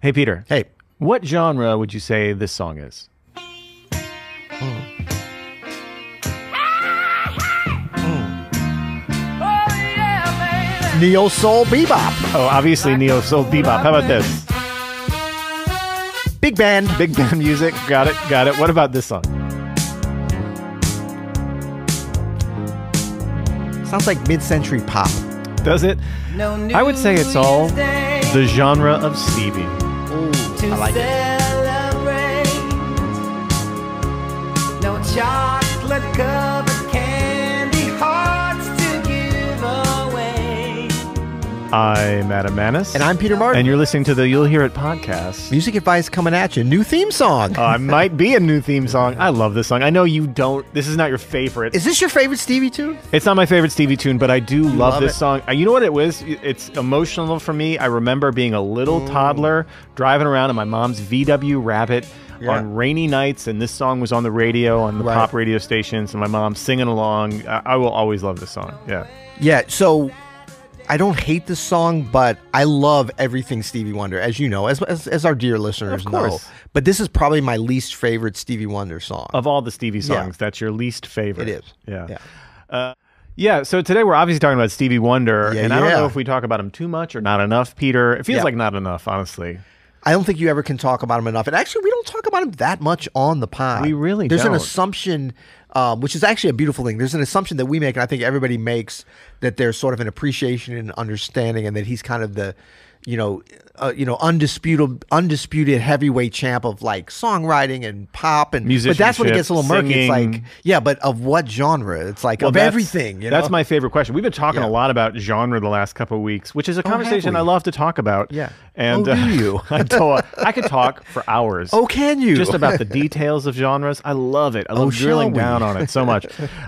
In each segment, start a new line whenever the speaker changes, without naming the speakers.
Hey, Peter.
Hey,
What genre would you say this song is?
neo soul bebop,
Oh, obviously neo soul bebop. How about this?
big band.
Big band music. Got it. Got it. What about this song?
Sounds like mid-century pop.
Does it?
No
I would say it's all the genre of Stevie.
to
I like it.
celebrate. No chocolate covered candy hearts to give away.
I'm Adam Manis.
And I'm Peter Martin.
And you're listening to the You'll Hear It podcast.
Music advice coming at you. New theme song.
Uh, it might be a new theme song. I love this song. I know you don't. This is not your favorite.
Is this your favorite Stevie tune?
It's not my favorite Stevie tune, but I do love,
love
this
it.
song. Uh, You know what it was? It's emotional for me. I remember being a little
Mm.
toddler driving around in my mom's VW Rabbit
Yeah.
on rainy nights, and this song was on the radio on the
Right.
pop radio stations, and my mom singing along. I, I will always love this song. Yeah,
Yeah. So I don't hate this song, but I love everything Stevie Wonder, as you know, as as, as our dear listeners
Of
know.
course.
But this is probably my least favorite Stevie Wonder song.
of all the Stevie
Yeah.
songs, that's your least favorite.
It is.
Yeah. Uh,
Yeah.
Yeah, so today we're obviously talking about Stevie Wonder,
Yeah,
and I don't
yeah.
know if we talk about him too much or not enough, Peter. It feels
Yeah.
like not enough, honestly.
I don't think you ever can talk about him enough. And actually, we don't talk about him that much on the pod.
We really
There's
don't.
an assumption, um, which is actually a beautiful thing. There's an assumption that we make, and I think everybody makes, that there's sort of an appreciation and understanding, and that he's kind of the, you know, uh, you know, undisputed, undisputed heavyweight champ of like songwriting and pop and But that's when
Musicianship,
it gets a little murky. It's
singing.
like, yeah, but of what genre? It's like of
that's-
everything. You know?
That's my favorite question. We've been talking
Yeah.
a
Oh,
lot about genre the last couple of weeks, which is a
have
conversation
we?
I love to talk about.
Yeah.
And uh,
Oh, do you?
I, don't- I could talk for hours.
Oh, can you?
Just about the details of genres. I love it. I love
Oh, shall
drilling
we?
down on it so much.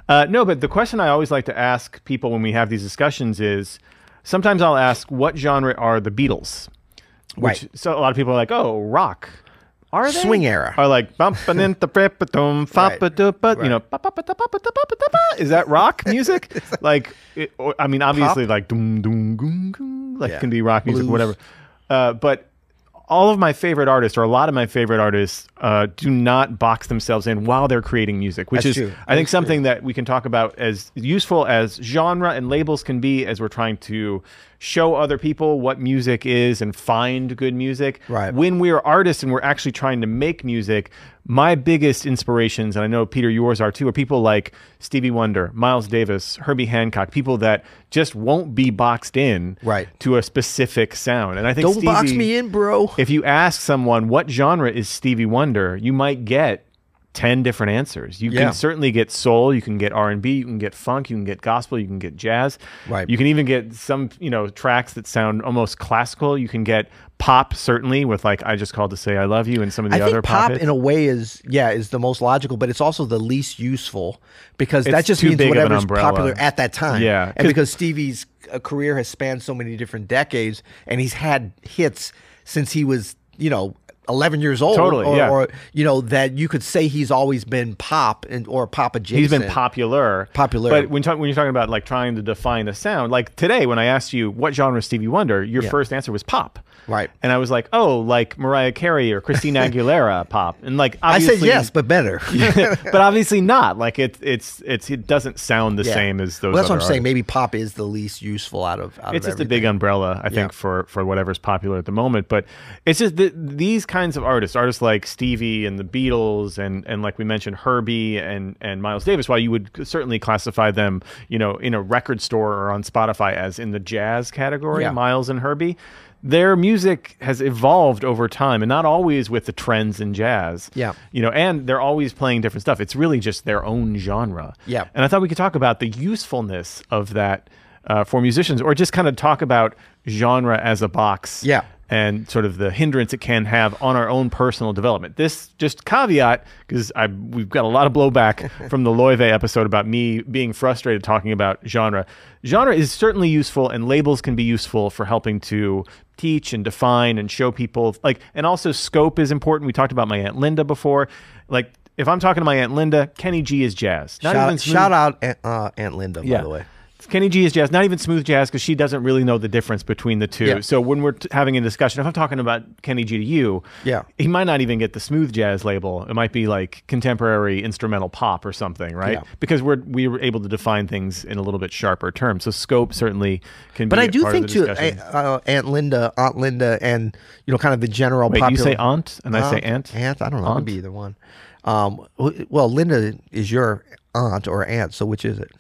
Uh, no, but the question I always like to ask people when we have these discussions is sometimes I'll ask, what genre are the Beatles? Which,
Right.
So a lot of people are like, oh, rock. Are they?
Swing era.
Are like bumpin' into frippadum, foppadum, you know, ba- ba- ba- da- ba- ba- da- ba- ba- da- ba. is that rock music? like, it, or, I mean, obviously, like, doom, doom, goom, goom, like,
Yeah.
can be rock music,
Blues.
whatever. Uh, but all of my favorite artists, or a lot of my favorite artists, uh, do not box themselves in while they're creating music, which
That's
is,
true.
I think, something that we can talk about as useful as genre and labels can be as we're trying to show other people what music is and find good music.
Right.
When we are artists and we're actually trying to make music, my biggest inspirations, and I know Peter, yours are too, are people like Stevie Wonder, Miles Davis, Herbie Hancock, people that just won't be boxed in
Right.
to a specific sound. And I think
Don't box
Stevie-
me in, bro.
if you ask someone what genre is Stevie Wonder, you might get 10 different answers. You
Yeah.
can certainly get soul, you can get R&B, you can get funk, you can get gospel, you can get jazz.
Right.
You can even get some, you know, tracks that sound almost classical. You can get pop certainly with like I just called to say I love you and some of the
I
other
think pop,
hits.
in a way is yeah is the most logical, but it's also the least useful because that
It's
just
too
means
big of an
whatever's
umbrella.
popular at that time.
Yeah,
and
'cause-
because Stevie's uh, career has spanned so many different decades, and he's had hits since he was you know. 11 years old
Totally,
or,
yeah.
or, you know that you could say he's always been pop and or pop adjacent
He's been popular.
Popular.
But when, talk, when you're talking about like trying to define a sound, like today when I asked you what genre is Stevie Wonder, your
Yeah.
first answer was pop.
Right.
And I was like, oh, like Mariah Carey or Christina Aguilera pop. And like
i
obviously
said yes but better
but obviously not. Like it, it's it's it doesn't sound the
Yeah.
same as those.
well, that's what i'm
other
saying
artists.
maybe pop is the least useful out of out
It's
of
just a
everything.
big umbrella, I
Yeah.
think, for for whatever's popular at the moment. But it's just th these kinds of artists, artists like Stevie and the Beatles, and and like we mentioned, Herbie and and Miles Davis. While you would certainly classify them, you know, in a record store or on Spotify as in the jazz category,
Yeah.
Miles and Herbie. Their music has evolved over time, and not always with the trends in jazz.
Yeah.
you know, and they're always playing different stuff. It's really just their own genre.
Yeah.
And I thought we could talk about the usefulness of that uh, for musicians, or just kind of talk about genre as a box.
Yeah.
And sort of the hindrance it can have on our own personal development. This just caveat because I we've got a lot of blowback from the Loive episode about me being frustrated talking about genre. Genre is certainly useful, and labels can be useful for helping to teach and define and show people like. And also scope is important. We talked about my aunt Linda before, like. If I'm talking to my aunt Linda, Kenny G is jazz. Not
shout,
even smooth-
shout out aunt, uh, aunt linda by the way
Kenny G is jazz, not even smooth jazz, because she doesn't really know the difference between the two.
Yeah.
So when we're t- having a discussion, if I'm talking about Kenny G to you,
Yeah.
he might not even get the smooth jazz label. It might be like contemporary instrumental pop or something, right?
Yeah.
Because we're we were able to define things in a little bit sharper terms. So scope certainly can.
But
be
I
a
do
part
think
of the
too,
discussion.
uh, uh, Aunt Linda, Aunt Linda, and you know, kind of the general.
Wait, you
popular,
say aunt and I say
aunt,
aunt.
Aunt, I don't know. It could
Aunt?
be either one. Um, wh- well, Linda is your aunt or aunt, so which is it?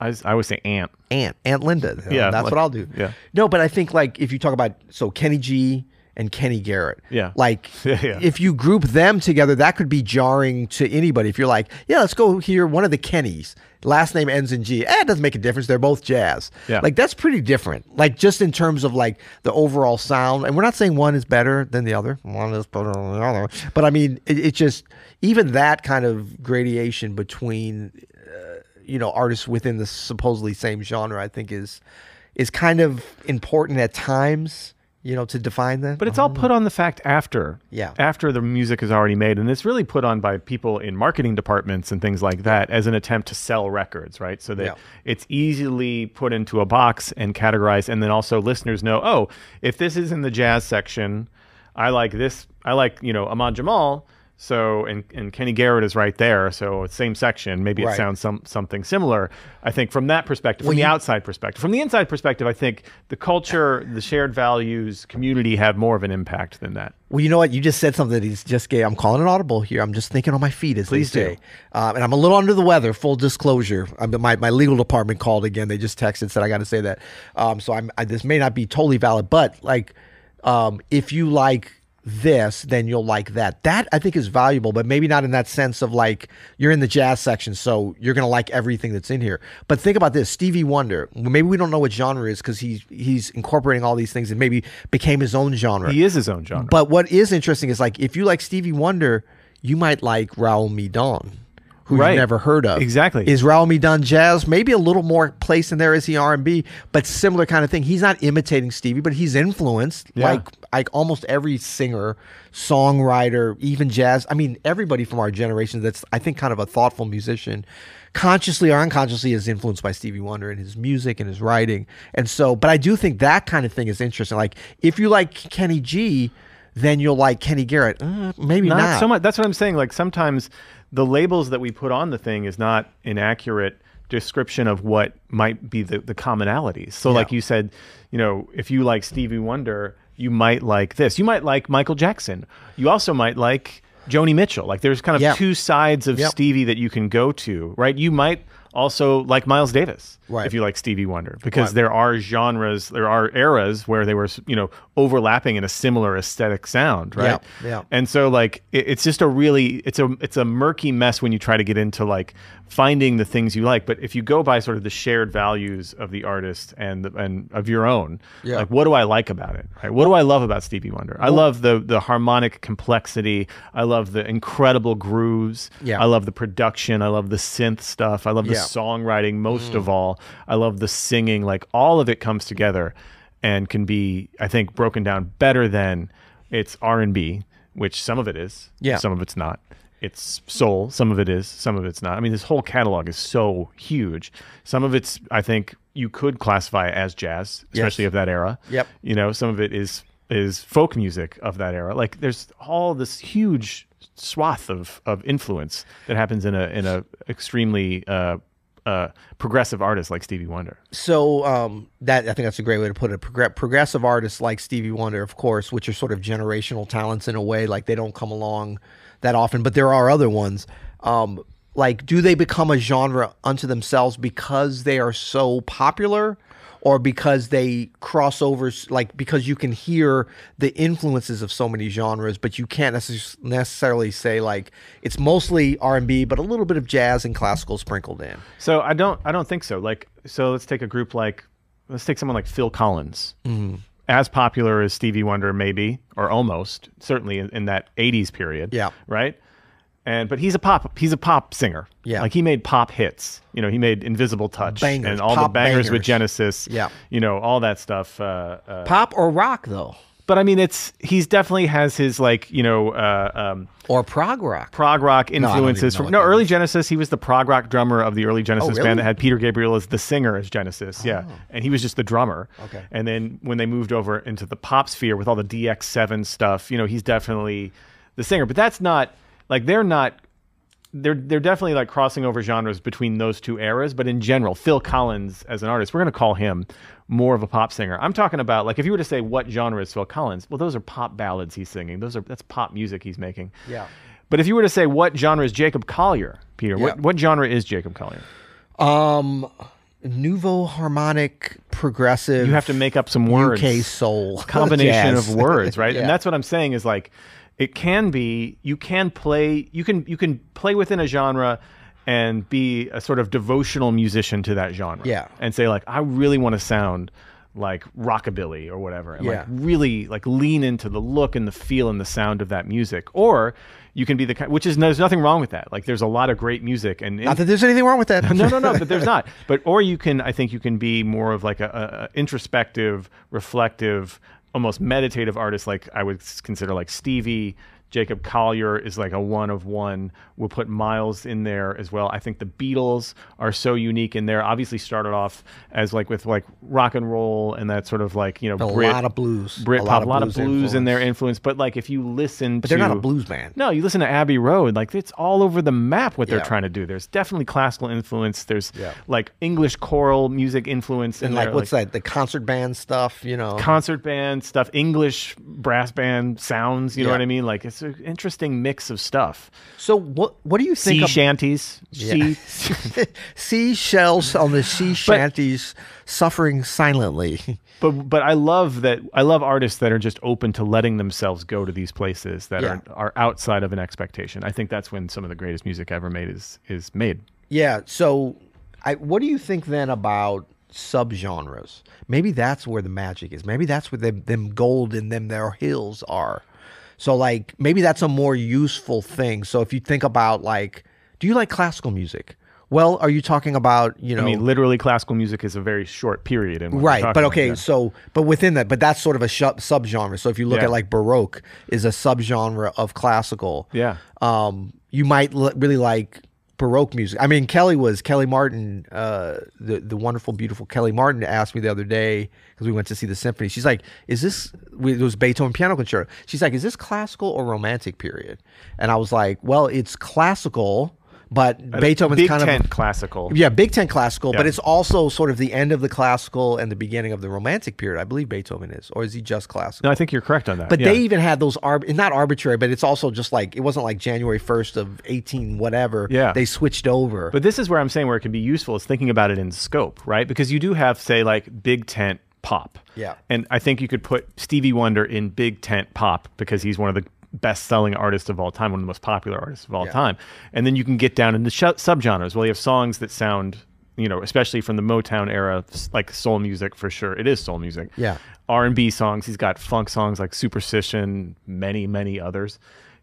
I, s- I always say aunt.
Aunt, Aunt Linda. you know,
Yeah,
that's
like-
what I'll do.
yeah.
No, but I think like if you talk about so Kenny G and Kenny Garrett.
Yeah.
Like
Yeah, yeah.
if you group them together, that could be jarring to anybody. If you're like, yeah, let's go hear one of the Kennys. Last name ends in G. Eh, it doesn't make a difference. They're both jazz.
Yeah.
Like that's pretty different. Like just in terms of like the overall sound. And we're not saying one is better than the other. One is better than the other. But I mean, it, it just even that kind of gradation between you know artists within the supposedly same genre i think is is kind of important at times you know to define them
But it's all put on the fact after.
Oh. Yeah.
After the music is already made. And it's really put on by people in marketing departments and things like that as an attempt to sell records, right? So that
Yeah.
it's easily put into a box and categorized. And then also listeners know, oh, if this is in the jazz section, I like this. I like, you know, Ahmad Jamal. So and, and Kenny Garrett is right there. So it's same section. Maybe
Right.
it sounds some something similar. I think from that perspective, from the
you-
outside perspective. From the inside perspective, I think the culture, the shared values, community have more of an impact than that.
well you know what you just said something that is just gay i'm calling an audible here i'm just thinking on my feet as
Please
they
do.
say um, and i'm a little under the weather full disclosure I mean, my, my legal department called again they just texted said i got to say that um, so i'm I, this may not be totally valid but like um, if you like this then you'll like that that i think is valuable but maybe not in that sense of like you're in the jazz section so you're gonna like everything that's in here but think about this stevie wonder maybe we don't know what genre is because he's he's incorporating all these things and maybe became his own genre
He is his own genre.
but what is interesting is like if you like Stevie Wonder, you might like Raul Midon, who
Right.
you've never heard of.
Exactly.
Is Raul Midon jazz? Maybe a little more place in there is he R and B, but similar kind of thing. He's not imitating Stevie, but he's influenced
Yeah.
like like almost every singer, songwriter, even jazz. I mean, everybody from our generation that's I think kind of a thoughtful musician, consciously or unconsciously is influenced by Stevie Wonder and his music and his writing. And so, but I do think that kind of thing is interesting. Like if you like Kenny G, then you'll like Kenny Garrett. Uh, maybe not,
not, so much. That's what I'm saying. Like sometimes the labels that we put on the thing is not an accurate description of what might be the, the commonalities. So, like you said, you know, if you like Stevie Wonder, you might like this. You might like Michael Jackson. You also might like Joni Mitchell. Like there's kind of
Yeah.
two sides of
Yep.
Stevie that you can go to, right? You might also like Miles Davis
Right.
if you like Stevie Wonder because
Right.
there are genres, there are eras where they were, you know, overlapping in a similar aesthetic sound, right?
Yeah, yeah.
And so like it, it's just a really it's a it's a murky mess when you try to get into like finding the things you like. But if you go by sort of the shared values of the artist and the, and of your own,
Yeah.
like what do I like about it? Right? What do I love about Stevie Wonder? I love the the harmonic complexity. I love the incredible grooves.
Yeah.
I love the production. I love the synth stuff. I love the
Yeah. Mm.
songwriting most of all. I love the singing. Like all of it comes together and can be, I think, broken down better than it's R and B, which some of it is.
Yeah.
Some of it's not. It's soul. Some of it is. Some of it's not. I mean, this whole catalog is so huge. Some of it's, I think, you could classify as jazz, especially of that era.
Yep.
You know, some of it is is folk music of that era. Like there's all this huge swath of of influence that happens in a in a extremely uh, uh, progressive artist like Stevie Wonder.
so um, that I think that's a great way to put it. Progr- progressive artists like Stevie Wonder, of course, which are sort of generational talents in a way, like they don't come along that often, but there are other ones. Um, like, do they become a genre unto themselves because they are so popular? Or because they cross over, s- like because you can hear the influences of so many genres, but you can't necess- necessarily say like it's mostly R and B, but a little bit of jazz and classical sprinkled in.
So I don't I don't think so. Like so let's take a group like let's take someone like Phil Collins.
Mm-hmm.
As popular as Stevie Wonder maybe or almost certainly in, in that 80s period.
Yeah.
Right? And but he's a pop he's a pop singer.
Yeah.
Like he made pop hits. You know, he made Invisible Touch
Bangers,
and all the
pop
bangers, with
bangers.
Genesis.
Yeah.
You know, all that stuff. Uh, uh,
Pop or rock though?
But I mean, it's he's definitely has his like you know uh, um,
or prog rock.
prog rock
don't
influences
even know
from
what
no
that Oh,
early Genesis. He was the prog rock drummer of the early Genesis
really? Oh.
band that had Peter Gabriel as the singer as Genesis. Yeah, and he was just the drummer.
Okay.
And then when they moved over into the pop sphere with all the DX7 stuff, you know, he's definitely the singer. But that's not like they're not. They're they're definitely like crossing over genres between those two eras. But in general, Phil Collins as an artist, we're going to call him more of a pop singer. I'm talking about like if you were to say what genre is Phil Collins, well, those are pop ballads he's singing. Those are that's pop music he's making.
Yeah.
But if you were to say what genre is Jacob Collier, Peter, what,
Yeah.
what genre is Jacob Collier?
Um, nouveau harmonic progressive.
You have to make up some words.
UK soul
combination
jazz.
of words, right?
Yeah.
And that's what I'm saying is like it can be you can play you can you can play within a genre and be a sort of devotional musician to that genre.
Yeah.
And say like I really want to sound like rockabilly or whatever and
Yeah.
like really like lean into the look and the feel and the sound of that music or you can be the kind which is there's nothing wrong with that like there's a lot of great music and
Not that there's anything wrong with that.
no, no, no. But there's not. But or you can, I think you can be more of like a, a, a introspective, reflective, almost meditative artist. Like I would s- consider like Stevie. Jacob Collier is like a one of one. We'll put Miles in there as well. I think the Beatles are so unique in there. Obviously, started off as like with like rock and roll and that sort of like you know
a
Brit,
lot of blues.
Brit
a
pop, a lot of blues in
influence.
their influence. But like if you listen,
But they're not a
to-
blues band.
no, you listen to Abbey Road, like it's all over the map what
Yeah.
they're trying to do. There's definitely classical influence. There's
Yeah.
like English choral music influence
And
in
like,
there,
what's that? The concert band stuff, you know.
Concert band stuff, English brass band sounds. You know
Yeah.
what I mean? Like it's an interesting mix of stuff.
so what? What do you think?
sea
ab-
shanties, sea
seashells on the sea shanties suffering silently.
but but I love that I love artists that are just open to letting themselves go to these places that
Yeah.
are are outside of an expectation. I think that's when some of the greatest music ever made is is made.
yeah. So, I, what do you think then about subgenres? Maybe that's where the magic is. Maybe that's where them, them gold and them their hills are. So, like, maybe that's a more useful thing. So, if you think about like, do you like classical music? Well, are you talking about you know?
I mean, literally, classical music is a very short period. In what we're
Oh. Right, but
talking about,
okay,
yeah.
so but within that, but that's sort of a shu- subgenre. So if you look
Yeah.
at like Baroque is a subgenre of classical.
Yeah.
um, you might l- really like Baroque music. I mean, Kelly was Kelly Martin, uh, the the wonderful, beautiful Kelly Martin asked me the other day because we went to see the symphony. She's like, "Is this we, it was Beethoven piano concerto?" She's like, "Is this classical or romantic period?" And I was like, "Well, it's classical." But Beethoven's
Big
kind
Ten
of
classical.
yeah, Big Ten classical, but
Yeah.
it's also sort of the end of the classical and the beginning of the Romantic period. I believe Beethoven is, or is he just classical?
No, I think you're correct on that.
but
yeah.
they even had those arb- not arbitrary, but it's also just like it wasn't like January first of eighteen whatever.
Yeah.
they switched over.
But this is where I'm saying where it can be useful is thinking about it in scope, right? Because you do have, say, like big tent pop.
Yeah.
And I think you could put Stevie Wonder in big tent pop because he's one of the best selling artists of all time, one of the most popular artists of all time. And then you can get down into sh- subgenres. Well, you have songs that sound, you know, especially from the Motown era, s- like soul music for sure. It is soul music.
Yeah.
R&B songs. He's got funk songs like Superstition, many, many others.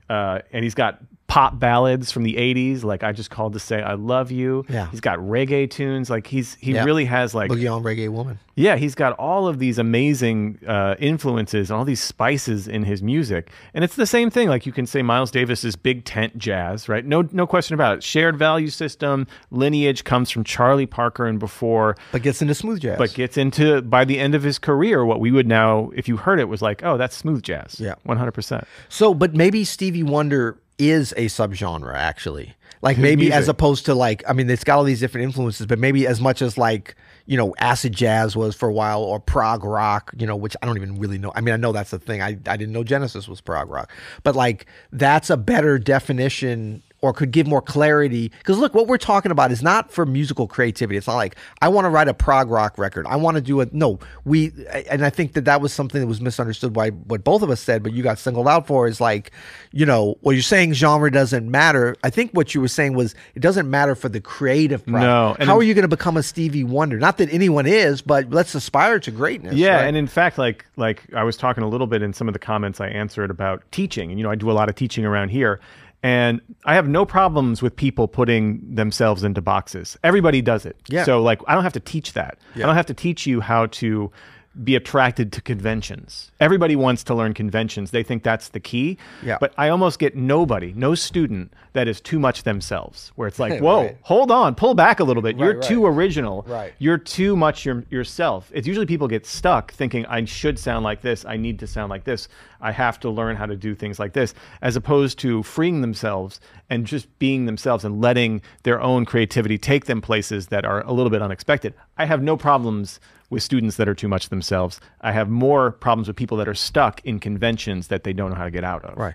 Uh, and he's got pop ballads from the 80s like I just called to say I love you.
Yeah.
He's got reggae tunes like he's he
Yeah.
really has like
Boogie on Reggae Woman.
yeah, he's got all of these amazing uh, influences and all these spices in his music. And it's the same thing. Like you can say Miles Davis is big tent jazz, right? No, no question about it. Shared value system, lineage comes from Charlie Parker and before,
But gets into smooth jazz.
but gets into by the end of his career, what we would now, if you heard it, was like, oh, that's smooth jazz.
Yeah.
one hundred percent.
so, but maybe Stevie Wonder is a subgenre actually. Like maybe as
music.
opposed to like I mean, it's got all these different influences, but maybe as much as like you know acid jazz was for a while or prog rock, you know, which I don't even really know. I mean, I know that's the thing. I I didn't know Genesis was prog rock, but like that's a better definition or could give more clarity because look what we're talking about is not for musical creativity it's not like i want to write a prog rock record i want to do a no we and i think that that was something that was misunderstood by what both of us said but you got singled out for is like you know well you're saying genre doesn't matter i think what you were saying was it doesn't matter for the creative product
No, and
how
in-
are you going to become a stevie wonder not that anyone is but let's aspire to greatness
Yeah,
right?
and in fact, like like I was talking a little bit in some of the comments I answered about teaching, and you know I do a lot of teaching around here, and I have no problems with people putting themselves into boxes. Everybody does it.
Yeah.
So like I don't have to teach that. I don't have to teach you how to be attracted to conventions. Everybody wants to learn conventions. They think that's the key.
Yeah.
But I almost get nobody, no student that is too much themselves, where it's like, whoa,
Right.
hold on, pull back a little bit. You're
right.
too original.
Right.
You're too much your, yourself. It's usually people get stuck thinking, I should sound like this. I need to sound like this. I have to learn how to do things like this, as opposed to freeing themselves and just being themselves and letting their own creativity take them places that are a little bit unexpected. I have no problems with students that are too much themselves. I have more problems with people that are stuck in conventions that they don't know how to get out of.
Right.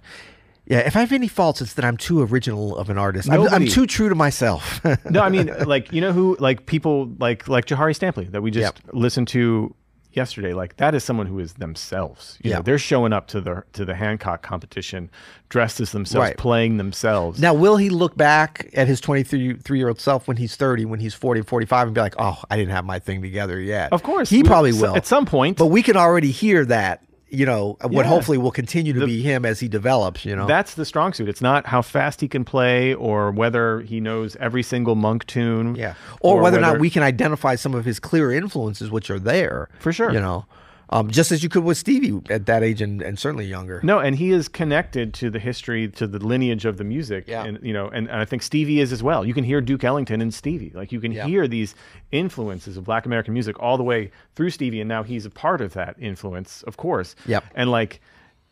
Yeah, if I have any faults, it's that I'm too original of an artist. I'm, I'm
Nobody-
too true to myself.
no, I mean, like you know who, like people, like like Jahari Stampley that we just listened to yesterday. Like that is someone who is themselves. You
Yeah.
know, they're showing up to the to the Hancock competition dressed as themselves,
Right.
playing themselves.
now, will he look back at his 23 three year old self when he's 30, when he's 40, 45, and be like, oh, I didn't have my thing together yet?
of course,
He
we-
probably
so-
will.
at some point.
But we can already hear that, you know, what
Yeah.
hopefully will continue to be him as he develops, you know?
that's the strong suit. It's not how fast he can play or whether he knows every single monk tune.
Yeah. Or, whether, or not we can identify some of his clear influences, which are there.
For sure.
You know, um, just as you could with Stevie at that age and, and certainly younger.
No, and he is connected to the history, to the lineage of the music,
Yeah.
and you know, and, and I think Stevie is as well. You can hear Duke Ellington and Stevie, like you can
Yeah.
hear these influences of Black American music all the way through Stevie, and now he's a part of that influence, of course.
Yep.
And like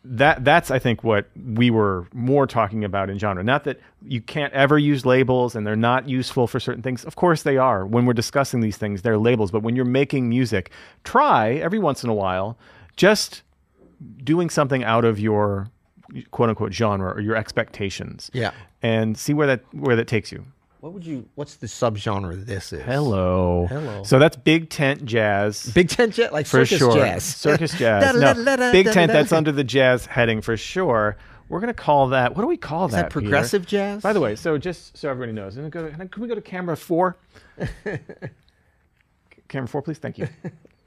that, that's I think what we were more talking about in genre. Not that you can't ever use labels, and they're not useful for certain things. Of course they are. When we're discussing these things, they're labels. But when you're making music, try every once in a while just doing something out of your quote unquote genre or your expectations.
Yeah.
And see where that where that takes you.
What would you, what's the subgenre this is?
Hello.
Hello.
So that's big tent jazz.
Big tent jet, like
for
circus
sure.
jazz.
Circus jazz. no, big tent that's under the jazz heading for sure. We're gonna call that. What do we call
that
that? Peter?
progressive jazz?
By the way, so just so everybody knows, and go, can we go to camera four? camera four, please. Thank you.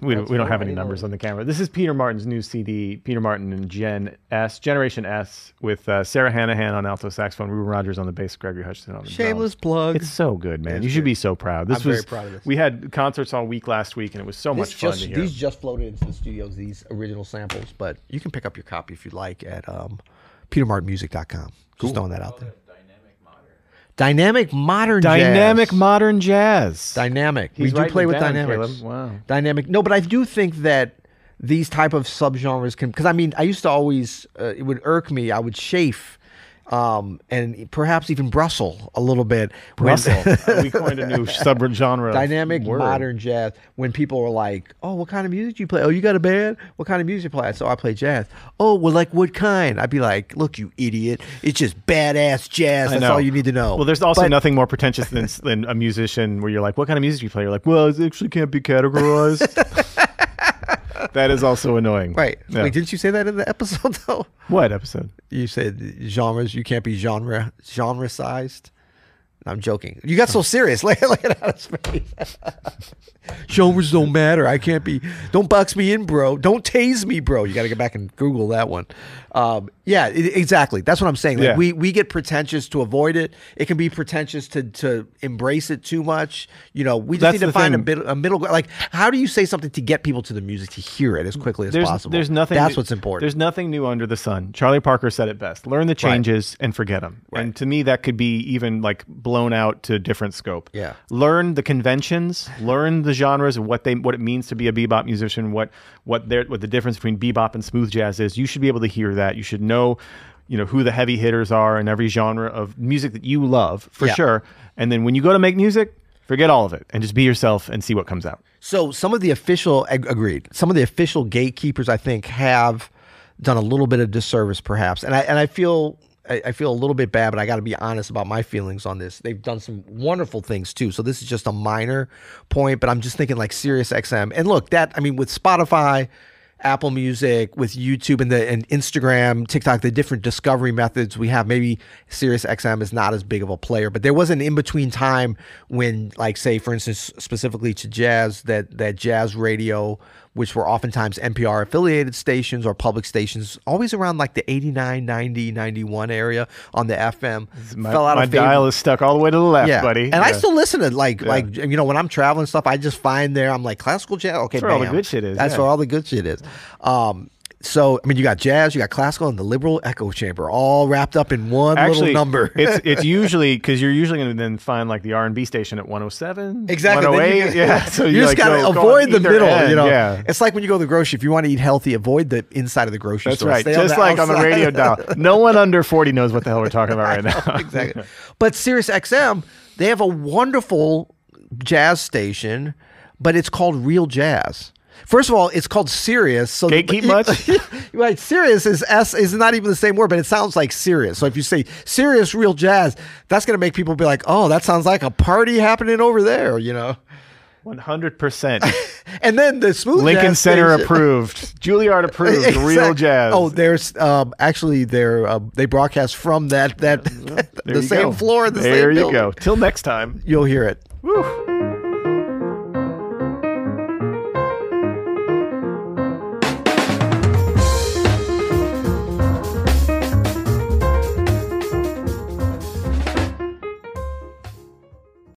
We don't, we don't
four,
have
I
any
didn't know
numbers on the camera. This is Peter Martin's new CD, Peter Martin and Gen S, Generation S, with uh, Sarah Hanahan on alto saxophone, Ruben Rogers on the bass, Gregory Hutchinson on the drums.
shameless plug.
um, It's so good, man.
it's
you should
good.
be so proud. This
I'm very
was
proud of this.
we had concerts all week last week, and it was so
This
much fun
just-
to hear.
these just floated into the studios, these original samples, but you can pick up your copy if you'd like at um, petermartinmusic.com. Just throwing that out there. Dynamic modern.
Dynamic
jazz.
modern jazz.
Dynamic.
He's
we do
writing
play
it
with
down,
dynamics.
Caleb. Wow.
Dynamic. No, but I do think that these type of subgenres can because I mean I used to always uh, it would irk me. I would chafe. Um, and perhaps even Brussel a little bit. when-
Russell. Uh, we coined a new subgenre.
dynamic
word.
modern jazz when people are like oh what kind of music do you play oh you got a band what kind of music you play so i play jazz oh well like what kind i'd be like look you idiot it's just badass jazz
I
that's
know.
all you need to know
Well, there's also
But-
nothing more pretentious than, than a musician where you're like, "What kind of music do you play?" You're like, "Well, it actually can't be categorized." that is also annoying.
right
Yeah.
wait didn't you say that in the episode though
what episode?
you said genres you can't be genre genre sized i'm joking you got so serious like like it out of space genres don't matter i can't be don't box me in bro don't tase me bro you gotta go back and google that one um, yeah e- exactly that's what i'm saying like
Yeah.
we we get pretentious to avoid it it can be pretentious to to embrace it too much you know we just
That's
need to
the
find a
thing.
bit a middle ground like how do you say something to get people to the music to hear it as quickly as
There's
possible
there's nothing.
that's
new-
what's important
There's nothing new under the sun. Charlie Parker said it best: learn the changes and forget them. And to me, that could be even like blown out to a different scope.
Yeah.
learn the conventions, learn the genres and what they what it means to be a bebop musician, what what their what the difference between bebop and smooth jazz is. You should be able to hear that. You should know, you know, who the heavy hitters are in every genre of music that you love for
Yeah.
sure. And then when you go to make music, forget all of it and just be yourself and see what comes out.
So some of the official ag- agreed. Some of the official gatekeepers, I think, have done a little bit of disservice, perhaps. And I and I feel I, I feel a little bit bad, but I got to be honest about my feelings on this. They've done some wonderful things too. So this is just a minor point, but I'm just thinking like Sirius XM. And look, that I mean, with Spotify. Apple Music with YouTube and the and Instagram, TikTok, the different discovery methods we have. Maybe Sirius XM is not as big of a player, but there was an in between time when, like, say, for instance, specifically to jazz, that that jazz radio which were oftentimes NPR affiliated stations or public stations, always around like the 89, 90, 91 area on the FM.
My,
Fell out
my
of favor.
dial is stuck all the way to the left,
yeah.
buddy.
And
yeah.
I still listen to like like you know when I'm traveling and stuff, I just find there I'm like classical jazz. Okay,
where all the
bam.
good shit is,
That's
yeah.
where all the good shit is. Um, so I mean, you got jazz, you got classical, and the liberal echo chamber all wrapped up in one
actually
little number.
it's it's usually because you're usually going to then find like the R and B station at 107,
Exactly. Then
108.
you-
yeah, so
you
you're like,
just gotta
go- go on
avoid the
either
middle.
end,
you know,
yeah.
it's like when you go to the grocery. If you want to eat healthy, avoid the inside of the grocery
That's
store.
right.
Stay
Just
the
like on the
outside.
radio dial, no one under 40 knows what the hell we're talking about right now.
exactly. But Sirius XM, they have a wonderful jazz station, but it's called Real Jazz. First of all, it's called Sirius. So
Gatekeep much?
right? Sirius is s is not even the same word, but it sounds like serious. So if you say serious real jazz, that's gonna make people be like, oh, that sounds like a party happening over there, you know.
100 percent
And then the smooth
Lincoln
jazz
Center
station-
approved, Juilliard approved, real
Exact-
jazz.
Oh, there's um, actually they're um, they broadcast from that that
There
the
you
same
go.
floor, the
there
same
you
building.
go. Till next time.
You'll hear it.
Woo.